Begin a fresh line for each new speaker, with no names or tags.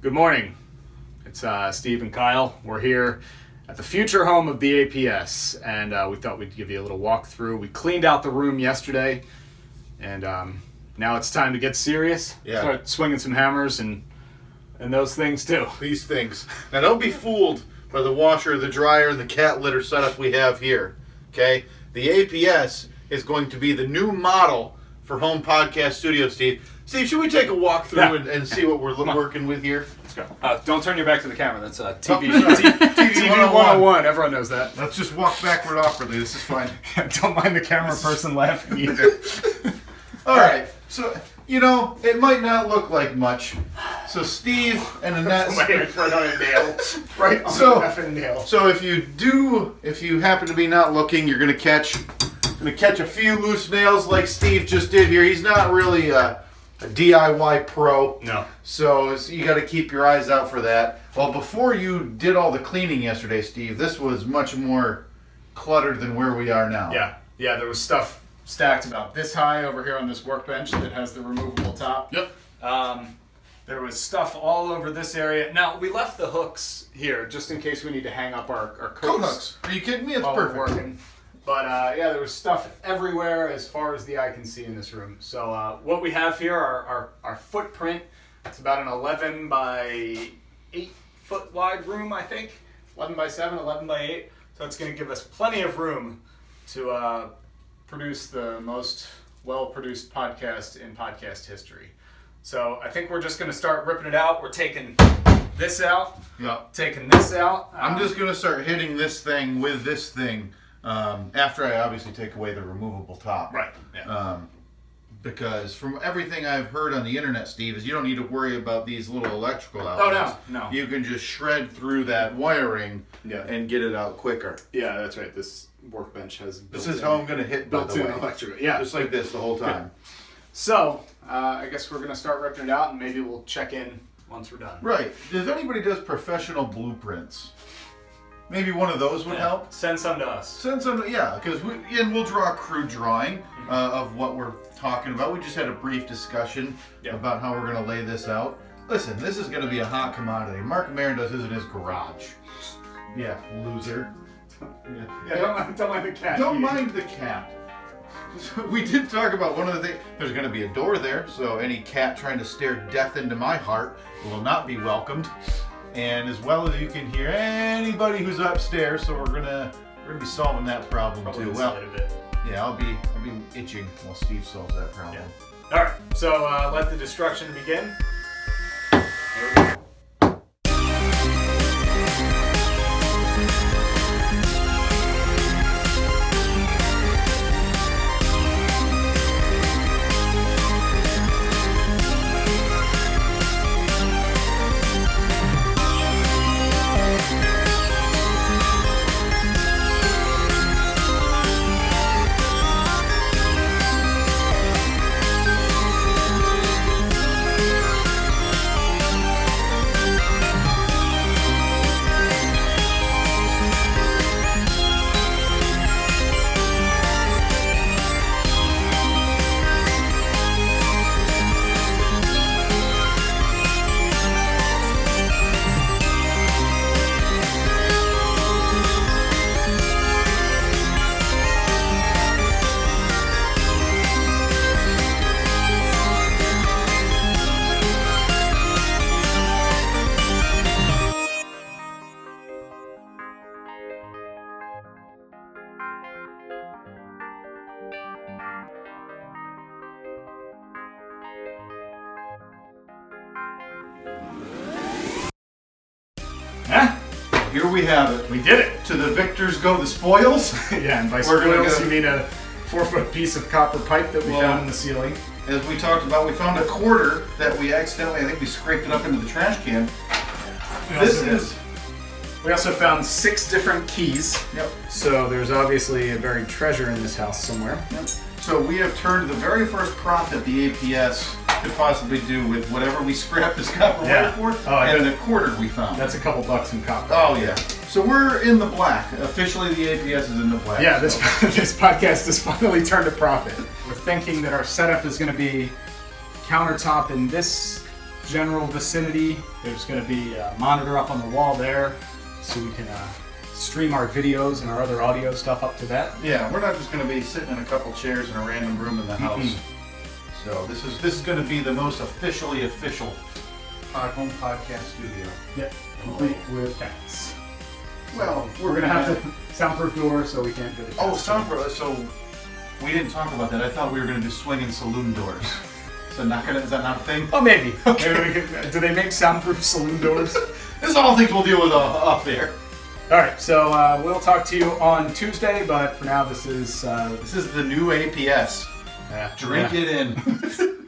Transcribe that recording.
Good morning. It's uh, Steve and Kyle. We're here at the future home of the APS, and uh, we thought we'd give you a little walkthrough. We cleaned out the room yesterday, and um, now it's time to get serious.
Yeah.
Start swinging some hammers and and those things too.
these things. Now, don't be fooled by the washer, the dryer, and the cat litter setup we have here. Okay? The APS is going to be the new model for home podcast studio, Steve. Steve, should we take a walk through
Yeah.
and, and see what we're l- working with here?
Let's go. Uh, don't turn your back to the camera. That's uh, TV,
Oh, sorry.
TV 101. Everyone knows that.
Let's just walk backward awkwardly. This is fine.
don't mind the camera person laughing either.
All right. So, you know, it might not look like much. So, Steve and Annette.
right on a nail. Right on
So-
a effing nail.
So if you do, if you happen to be not looking, you're gonna catch, gonna catch a few loose nails like Steve just did here. He's not really a, a DIY pro.
No.
So it's- you got to keep your eyes out for that. Well, before you did all the cleaning yesterday, Steve, this was much more cluttered than where we are now.
Yeah, yeah. There was stuff stacked about this high over here on this workbench that has the removable top.
Yep.
Um, there was stuff all over this area. Now we left the hooks here just in case we need to hang up our our coats
Coat hooks. Are you kidding me? It's
while Oh, we're
perfect.
working. But uh, yeah, there was stuff everywhere as far as the eye can see in this room. So uh, what we have here are our, our footprint. It's about an 11 by 8 foot wide room, I think. 11 by 7, 11 by 8. So it's going to give us plenty of room to uh, produce the most well produced podcast in podcast history. So I think we're just going to start ripping it out. We're taking this out,
Yeah.
taking this out.
I'm just gonna start hitting this thing with this thing um, after I obviously take away the removable top.
Right, yeah.
Um, because from everything I've heard on the internet, Steve, is you don't need to worry about these little electrical outlets.
Oh, no.
You can just shred through that wiring
Yeah.
and get it out quicker.
Yeah, that's right. This workbench has built
This is how I'm gonna hit by the
built-in
way.
electric. Yeah.
Just like this the whole time.
So uh, I guess we're gonna start ripping it out, and maybe we'll check in once we're done.
right. If anybody does professional blueprints, maybe one of those would help.
Send some to us.
Send some, yeah, because we and we'll draw a crude drawing
Mm-hmm.
uh, of what we're talking about. We just had a brief discussion
Yeah.
about how we're going to lay this out. Listen, this is going to be a hot commodity. Mark Maron does his in his garage. Yeah, loser.
Yeah, don't, mind- don't mind the cat. eating.
Don't mind the cat. we did talk about one of the things. There's going to be a door there, so any cat trying to stare death into my heart will not be welcomed. And as well as you can hear anybody who's upstairs, so we're gonna we're gonna be solving that problem
Probably
too.
this
Well,
side a bit.
yeah, I'll be I'll be itching while Steve solves that problem.
All right. So uh, let the destruction begin. Here we go. Yeah,
Here we have it.
we did it.
To the victors go the spoils.
yeah, and by
We're gonna
spoils
go-
you mean a four-foot piece of copper pipe that we
Well-
found in the ceiling.
As we talked about, we found a quarter that we accidentally I think we scraped it up into the trash can.
We
This
also-
is
We also found six different keys.
yep.
So there's obviously a buried treasure in this house somewhere.
So we have turned the very first profit the APS could possibly do with whatever we scrapped this copper
Yeah.
wire for
Oh, I
and
bet.
the quarter we found.
That's a couple bucks in copper.
oh yeah. So we're in the black. Officially, the APS is in the black.
Yeah, this
So-
this podcast has finally turned a profit. We're thinking that our setup is going to be countertop in this general vicinity. There's going to be a monitor up on the wall there, so we can uh, stream our videos and our other audio stuff up to that.
Yeah, we're not just going to be sitting in a couple chairs in a random room in the
Mm-hmm.
house. So this is this is going to be the most officially official Pod Home Podcast Studio.
Yep. Complete with fence.
Well,
We're going to have to soundproof door, so we can't do it.
Oh, soundproof. So we didn't talk about that. I thought we were going to do swinging saloon doors. so not gonna is that not a thing?
Oh, maybe. Maybe we could, uh, do they make soundproof saloon doors?
This is all things we'll deal with uh, up there.
All right, so uh, we'll talk to you on Tuesday, but for now, this is uh,
This is the new APS.
yeah,
Drink it in.